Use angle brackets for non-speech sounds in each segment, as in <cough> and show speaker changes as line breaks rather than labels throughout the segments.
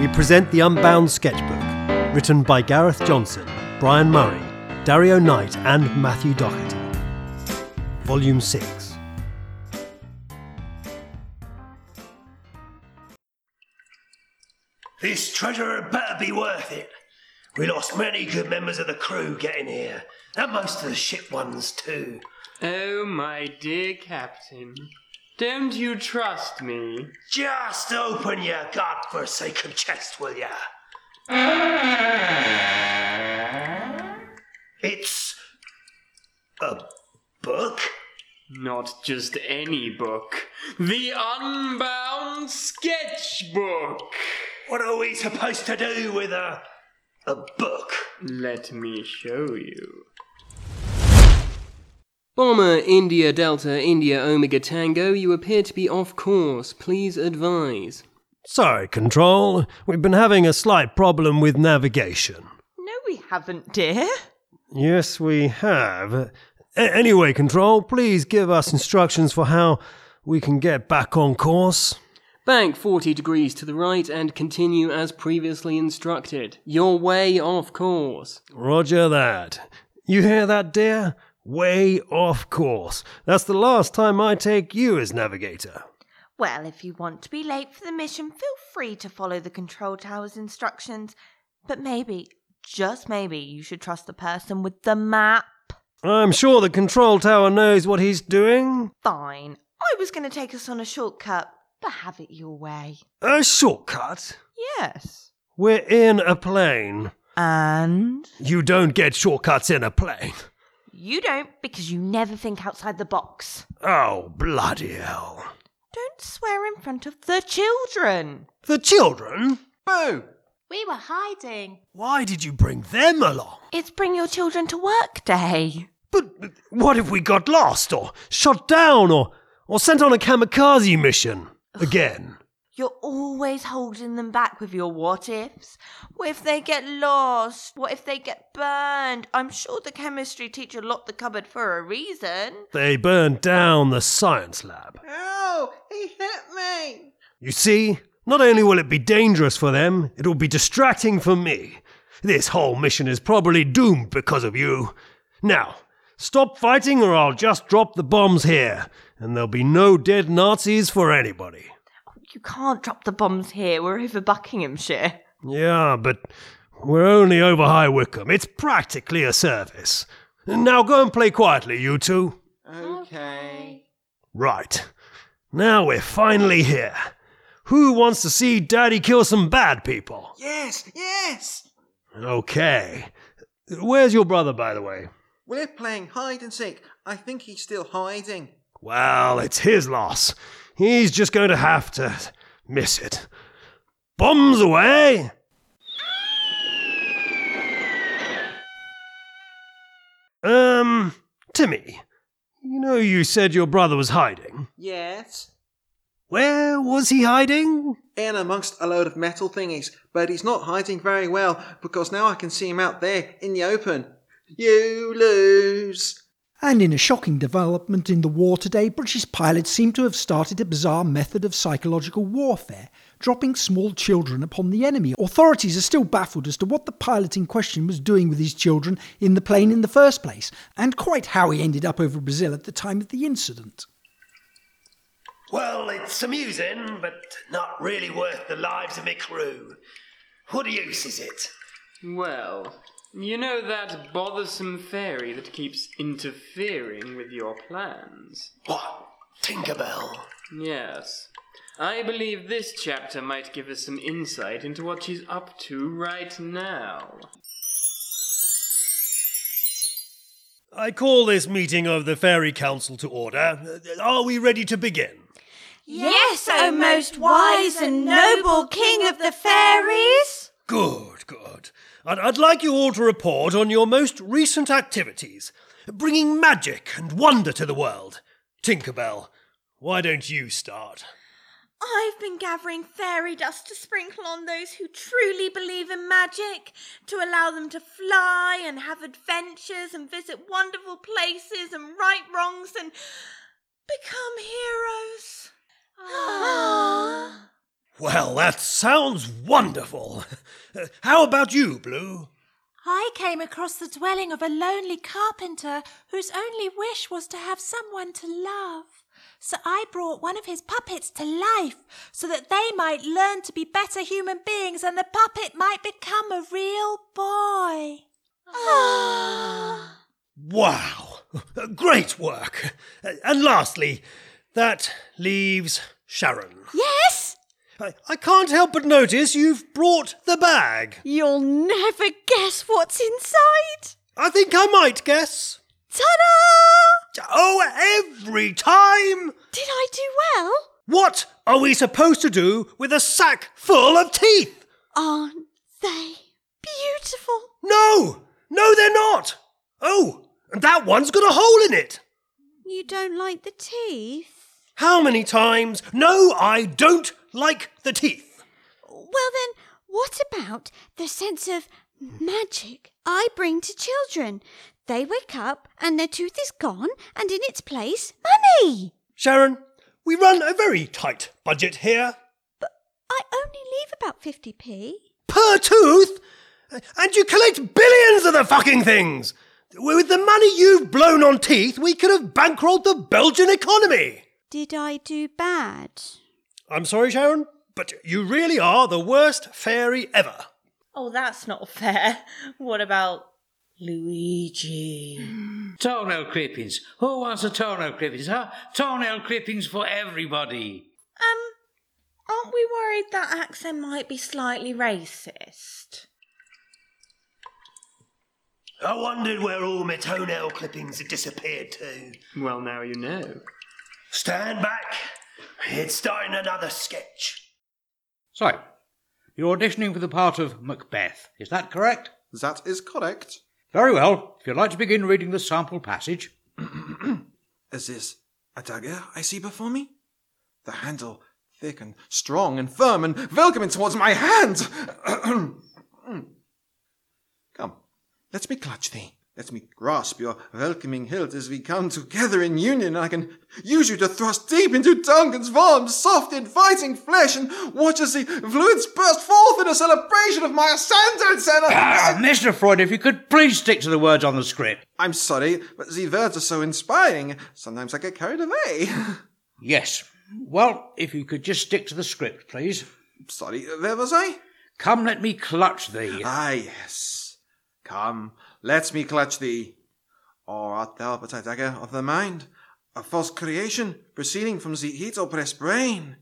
we present The Unbound Sketchbook, written by Gareth Johnson, Brian Murray, Dario Knight, and Matthew Doherty. Volume 6.
This treasure had better be worth it. We lost many good members of the crew getting here, and most of the ship ones too.
Oh, my dear Captain, don't you trust me?
Just open your godforsaken chest, will ya? It's a book?
Not just any book, the Unbound Sketchbook!
What are we supposed to do with a a book?
Let me show you. Bomber India Delta India Omega Tango, you appear to be off course. Please advise.
Sorry, Control. We've been having a slight problem with navigation.
No, we haven't, dear.
Yes, we have. A- anyway, Control, please give us instructions for how we can get back on course.
Bank 40 degrees to the right and continue as previously instructed. You're way off course.
Roger that. You hear that, dear? Way off course. That's the last time I take you as navigator.
Well, if you want to be late for the mission, feel free to follow the control tower's instructions. But maybe, just maybe, you should trust the person with the map.
I'm sure the control tower knows what he's doing.
Fine. I was going to take us on a shortcut, but have it your way.
A shortcut?
Yes.
We're in a plane.
And
You don't get shortcuts in a plane.
you don't because you never think outside the box.
Oh, bloody hell.
Don't swear in front of the children.
The children? Boo!
We were hiding.
Why did you bring them along?
It's Bring Your Children to Work Day.
But but what if we got lost, or shot down, or, or sent on a kamikaze mission? Again.
You're always holding them back with your what ifs. What if they get lost? What if they get burned? I'm sure the chemistry teacher locked the cupboard for a reason.
They burned down the science lab.
Oh, he hit me!
You see, not only will it be dangerous for them, it will be distracting for me. This whole mission is probably doomed because of you. Now, stop fighting or I'll just drop the bombs here, and there'll be no dead Nazis for anybody.
You can't drop the bombs here. We're over Buckinghamshire.
Yeah, but we're only over High Wycombe. It's practically a service. Now go and play quietly, you two.
Okay.
Right. Now we're finally here. Who wants to see Daddy kill some bad people?
Yes, yes!
Okay. Where's your brother, by the way?
We're playing hide and seek. I think he's still hiding.
Well, it's his loss. He's just going to have to miss it. Bombs away! Um, Timmy, you know you said your brother was hiding.
Yes?
Where was he hiding?
In amongst a load of metal thingies, but he's not hiding very well because now I can see him out there in the open. You lose!
And in a shocking development in the war today, British pilots seem to have started a bizarre method of psychological warfare, dropping small children upon the enemy. Authorities are still baffled as to what the pilot in question was doing with his children in the plane in the first place, and quite how he ended up over Brazil at the time of the incident.
Well, it's amusing, but not really worth the lives of my crew. What use is it?
Well, you know that bothersome fairy that keeps interfering with your plans?
What? Tinkerbell.
Yes. I believe this chapter might give us some insight into what she's up to right now.
I call this meeting of the Fairy Council to order. Are we ready to begin?
Yes, O most wise and noble king of the fairies.
Good, good. I'd, I'd like you all to report on your most recent activities, bringing magic and wonder to the world. Tinkerbell, why don't you start?
I've been gathering fairy dust to sprinkle on those who truly believe in magic, to allow them to fly and have adventures and visit wonderful places and right wrongs and become heroes. Ah.
Well, that sounds wonderful. <laughs> Uh, How about you, Blue?
I came across the dwelling of a lonely carpenter whose only wish was to have someone to love. So I brought one of his puppets to life so that they might learn to be better human beings and the puppet might become a real boy. Ah.
Wow! <laughs> Uh, Great work! Uh, And lastly, that leaves Sharon.
<gasps> yes!
I, I can't help but notice you've brought the bag.
You'll never guess what's inside.
I think I might guess.
Ta da!
Oh, every time!
Did I do well?
What are we supposed to do with a sack full of teeth?
Aren't they beautiful?
No! No, they're not! Oh, and that one's got a hole in it!
You don't like the teeth?
How many times? No, I don't like the teeth.
Well, then, what about the sense of magic I bring to children? They wake up and their tooth is gone, and in its place, money!
Sharon, we run a very tight budget here.
I only leave about 50p.
Per tooth? And you collect billions of the fucking things! With the money you've blown on teeth, we could have bankrolled the Belgian economy!
Did I do bad?
I'm sorry, Sharon, but you really are the worst fairy ever.
Oh, that's not fair. <laughs> What about Luigi?
Toenail clippings. Who wants a toenail clippings, huh? Toenail clippings for everybody.
Um, aren't we worried that accent might be slightly racist?
I wondered where all my toenail clippings had disappeared to.
Well, now you know.
Stand back. It's starting another sketch.
So, you're auditioning for the part of Macbeth. Is that correct?
That is correct.
Very well. If you'd like to begin reading the sample passage.
Is this a dagger I see before me? The handle, thick and strong and firm and welcoming towards my hand! <clears throat> come, let me clutch thee. Let me grasp your welcoming hilt as we come together in union. I can use you to thrust deep into Duncan's warm, soft, inviting flesh and watch as the fluids burst forth in a celebration of my ascendance and...
Ah, <clears throat> Mr. Freud, if you could please stick to the words on the script.
I'm sorry, but the words are so inspiring. Sometimes I get carried away. <laughs>
Yes. Well, if you could just stick to the script, please.
sorry, where was I?
Come, let me clutch thee.
Ah, yes. Come, let me clutch thee. Or art thou but a dagger of the mind, a false creation proceeding from the heat-oppressed brain?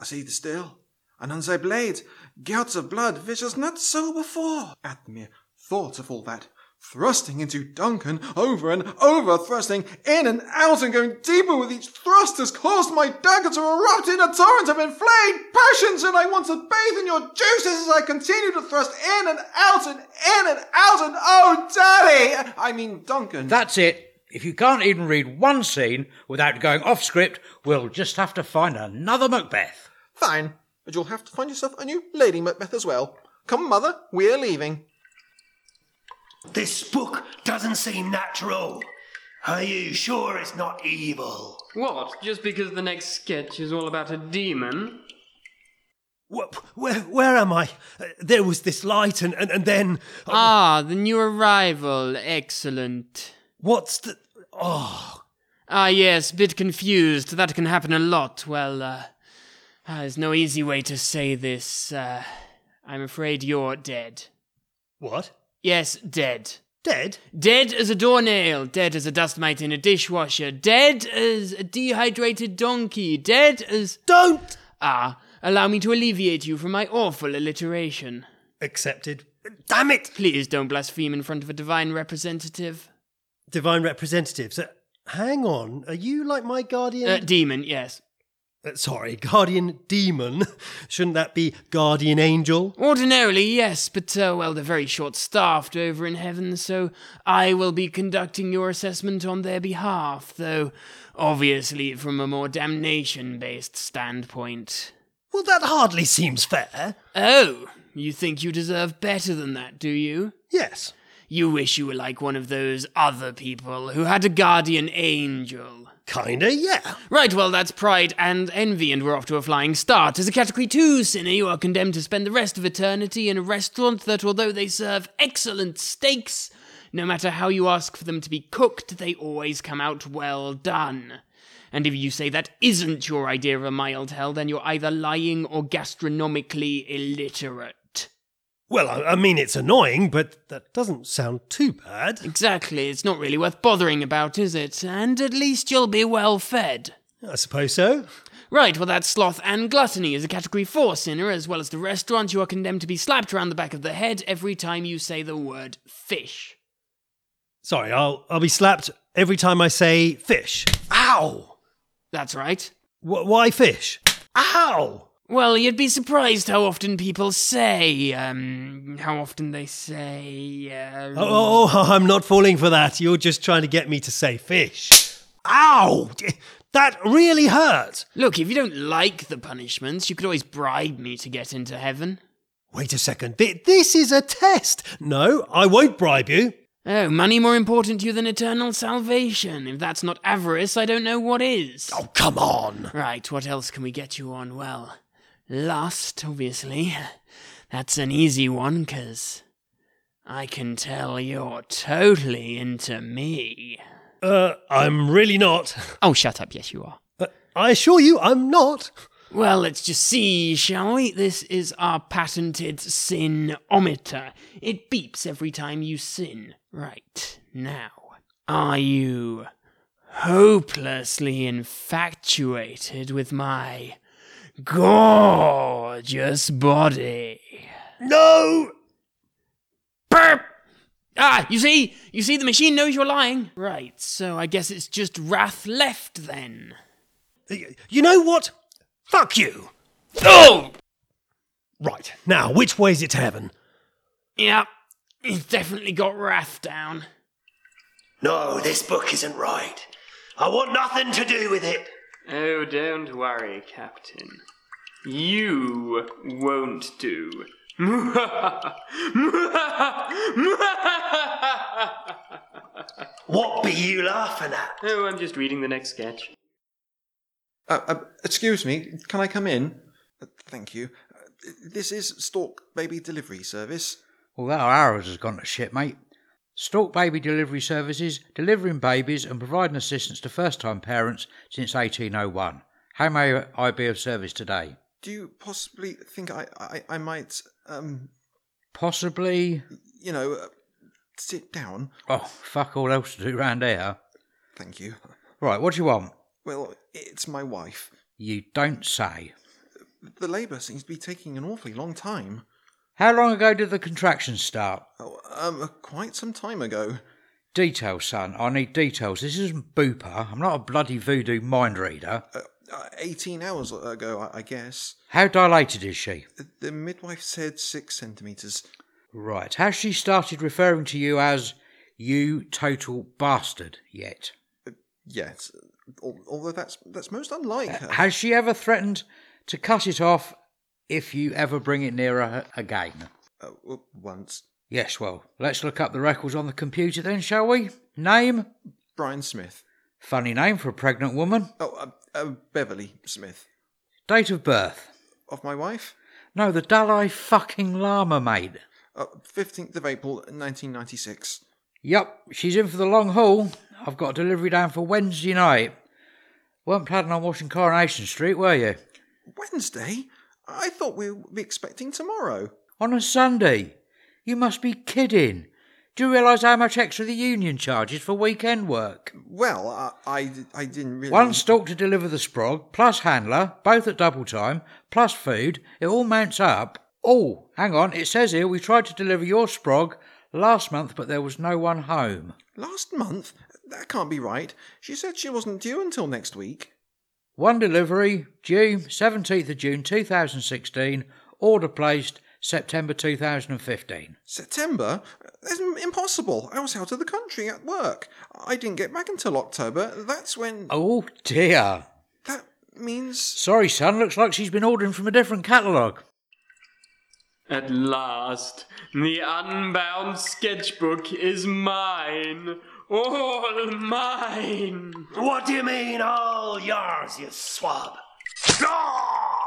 I see thee still, and on thy blade, gouts of blood which was not so before. At the mere thought of all that, thrusting into Duncan, over and over, thrusting in and out and going deeper with each thrust has caused my dagger to erupt in a torrent of inflamed passions, and I want to bathe in your juices as I continue to thrust in and out and in and out and oh, daddy! I mean, Duncan.
That's it. If you can't even read one scene without going off script, we'll just have to find another Macbeth.
Fine, but you'll have to find yourself a new Lady Macbeth as well. Come, mother, we're leaving.
This book doesn't seem natural. Are you sure it's not evil?
What? Just because the next sketch is all about a demon?
Where, where, where am I? Uh, there was this light, and, and, and then.
Ah, the new arrival. Excellent.
What's the. Oh.
Ah, yes, bit confused. That can happen a lot. Well, uh, ah, there's no easy way to say this. Uh, I'm afraid you're dead.
What?
Yes, dead.
Dead?
Dead as a doornail, dead as a dust mite in a dishwasher, dead as a dehydrated donkey, dead as.
Don't!
Ah, allow me to alleviate you from my awful alliteration.
Accepted. Damn it!
Please don't blaspheme in front of a divine representative.
Divine representatives. Uh, hang on. Are you like my guardian?
Uh, demon, yes.
Uh, sorry, guardian demon. <laughs> Shouldn't that be guardian angel?
Ordinarily, yes, but, uh, well, they're very short staffed over in heaven, so I will be conducting your assessment on their behalf, though obviously from a more damnation based standpoint.
Well, that hardly seems fair.
Oh, you think you deserve better than that, do you?
Yes.
You wish you were like one of those other people who had a guardian angel.
Kinda, yeah.
Right, well, that's pride and envy, and we're off to a flying start. As a Category 2 sinner, you are condemned to spend the rest of eternity in a restaurant that, although they serve excellent steaks, no matter how you ask for them to be cooked, they always come out well done. And if you say that isn't your idea of a mild hell, then you're either lying or gastronomically illiterate.
Well, I, I mean, it's annoying, but that doesn't sound too bad.
Exactly, it's not really worth bothering about, is it? And at least you'll be well fed.
I suppose so.
Right, well, that's sloth and gluttony is a category 4 sinner, as well as the restaurant. You are condemned to be slapped around the back of the head every time you say the word fish.
Sorry, I'll, I'll be slapped every time I say fish. Ow!
That's right.
Wh- why fish? Ow!
Well, you'd be surprised how often people say, um, how often they say, uh,
Oh, oh, oh, I'm not falling for that. You're just trying to get me to say fish. Ow! That really hurt.
Look, if you don't like the punishments, you could always bribe me to get into heaven.
Wait a second. Th- this is a test. No, I won't bribe you.
Oh, money more important to you than eternal salvation. If that's not avarice, I don't know what is.
Oh, come on.
Right, what else can we get you on? Well, lust, obviously. That's an easy one, 'cause I can tell you're totally into me.
Uh, I'm really not.
<laughs> Oh, shut up. Yes, you are.
Uh, I assure you, I'm not.
Well, let's just see, shall we? This is our patented sinometer. It beeps every time you sin. Right, now. Are you hopelessly infatuated with my gorgeous body?
Oh,
No!
Burp! Ah, you see? You see, the machine knows you're lying. Right, so I guess it's just wrath left then.
You know what? Fuck you!
Oh!
Right, now, which way's it to heaven?
Yeah, he's definitely got wrath down.
No, this book isn't right. I want nothing to do with it.
Oh, don't worry, Captain. You won't do. <laughs> Oh,
What be you laughing at?
Oh, I'm just reading the next sketch.
Uh, uh, excuse me, can I come in? Uh, thank you. Uh, this is Stork Baby Delivery Service.
Although ours has gone to shit, mate. Stalk Baby Delivery Services, delivering babies and providing assistance to first time parents since 1801. How may I be of service today?
Do you possibly think I, I, I might, um,
Possibly.
you know, uh, sit down?
Oh, fuck all else to do round here.
Thank you.
Right, what do you want?
Well, it's my wife.
You don't say.
The labour seems to be taking an awfully long time.
How long ago did the contractions start?
Oh, um, quite some time ago.
Details, son. I need details. This isn't Booper. I'm not a bloody voodoo mind reader.
Uh, 18 hours ago, I, I guess.
How dilated is she?
The midwife said six centimetres.
Right. Has she started referring to you as you total bastard yet?
Yes. Al- Although that's that's most unlike her.
Has she ever threatened to cut it off if you ever bring it nearer her again?
Uh, w- once.
Yes, well, let's look up the records on the computer then, shall we? Name?
Brian Smith.
Funny name for a pregnant woman.
Oh, uh, uh, Beverly Smith.
Date of birth?
Of my wife?
No, the Dalai fucking Lama, mate.
Uh, 15th of April, 1996.
Yup, she's in for the long haul. I've got a delivery down for Wednesday night. Weren't planning on watching Coronation Street, were you?
Wednesday? I thought we would be expecting tomorrow.
On a Sunday? You must be kidding. Do you realise how much extra the union charges for weekend work?
Well, I, I, I didn't really.
One stalk to deliver the sprog, plus handler, both at double time, plus food. It all mounts up. Oh, hang on, it says here we tried to deliver your sprog last month, but there was no one home.
Last month? That can't be right. She said she wasn't due until next week.
One delivery, due 17th of June 2016, order placed September 2015.
September? That's m- impossible. I was out of the country at work. I didn't get back until October. That's when.
Oh dear.
That means.
Sorry, son, looks like she's been ordering from a different catalogue.
At last, the unbound sketchbook is mine. All mine!
What do you mean, all yours, you swab? Ah!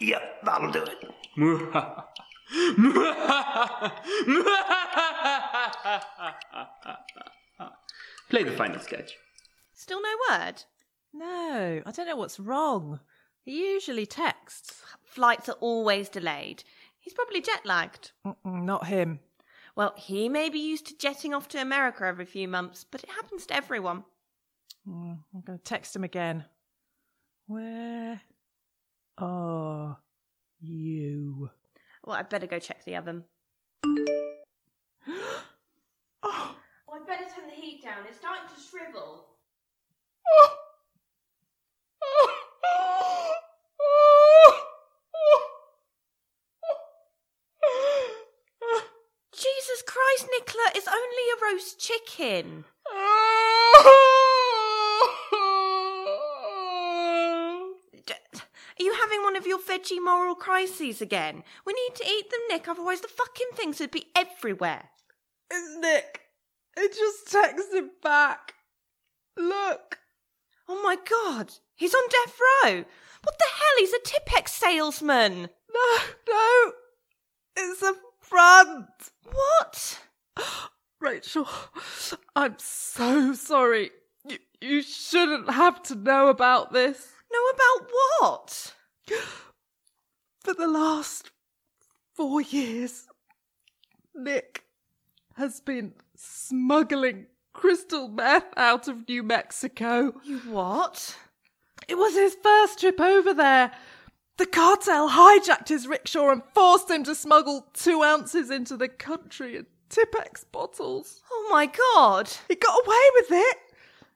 Yep, that'll do it.
<laughs> Play the final sketch.
Still no word?
No, I don't know what's wrong. He usually texts.
Flights are always delayed. He's probably jet lagged.
Mm-mm, not him.
Well, he may be used to jetting off to America every few months, but it happens to everyone.
Mm, I'm going to text him again. Where are you?
Well, I'd better go check
<gasps>
the oven.
I'd better turn the heat down. It's starting to shrivel.
Jesus Christ, Nicola, it's only a roast chicken. D- Are you having one of your veggie moral crises again? We need to eat them, Nick, otherwise the fucking things would be everywhere.
Uh, Nick, it just texted back. Look.
Oh my god, he's on death row. What the hell? He's a Tippex salesman.
No, no, it's a front.
What?
Rachel, I'm so sorry. You, you shouldn't have to know about this.
Know about what?
For the last four years, Nick has been smuggling crystal meth out of New Mexico.
You what?
It was his first trip over there. The cartel hijacked his rickshaw and forced him to smuggle two ounces into the country in Tippex bottles.
Oh my god!
He got away with it.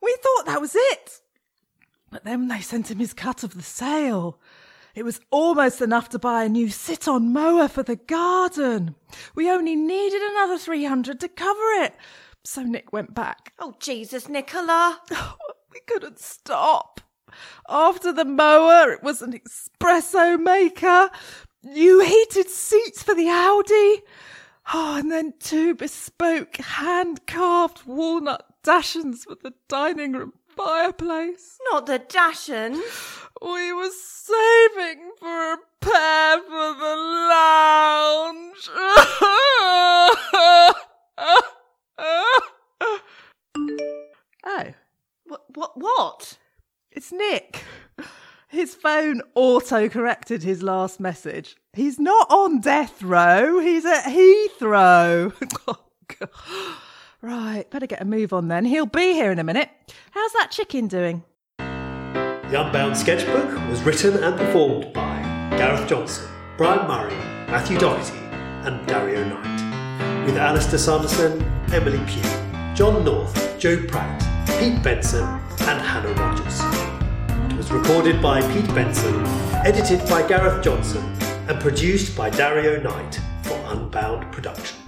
We thought that was it. But then they sent him his cut of the sale. It was almost enough to buy a new sit on mower for the garden. We only needed another 300 to cover it. So Nick went back.
Oh, Jesus, Nicola!
<laughs> we couldn't stop. After the mower, it was an espresso maker, new heated seats for the Audi. Oh, and then two bespoke hand carved walnut dachshunds for the dining room fireplace.
Not the Dashan.
We were saving for a pair for the lounge. <laughs> oh.
What? What? What?
It's Nick. His phone auto corrected his last message. He's not on death row, he's at Heathrow. <laughs> Oh, God. right, better get a move on then. He'll be here in a minute. How's that chicken doing?
The Unbound Sketchbook was written and performed by Gareth Johnson, Brian Murray, Matthew Doherty, and Dario Knight, with Alistair Sanderson, Emily Pugh, John North, Joe Pratt, Pete Benson, and Hannah Rogers. It was recorded by Pete Benson, edited by Gareth Johnson, and produced by Dario Knight for Unbound Productions.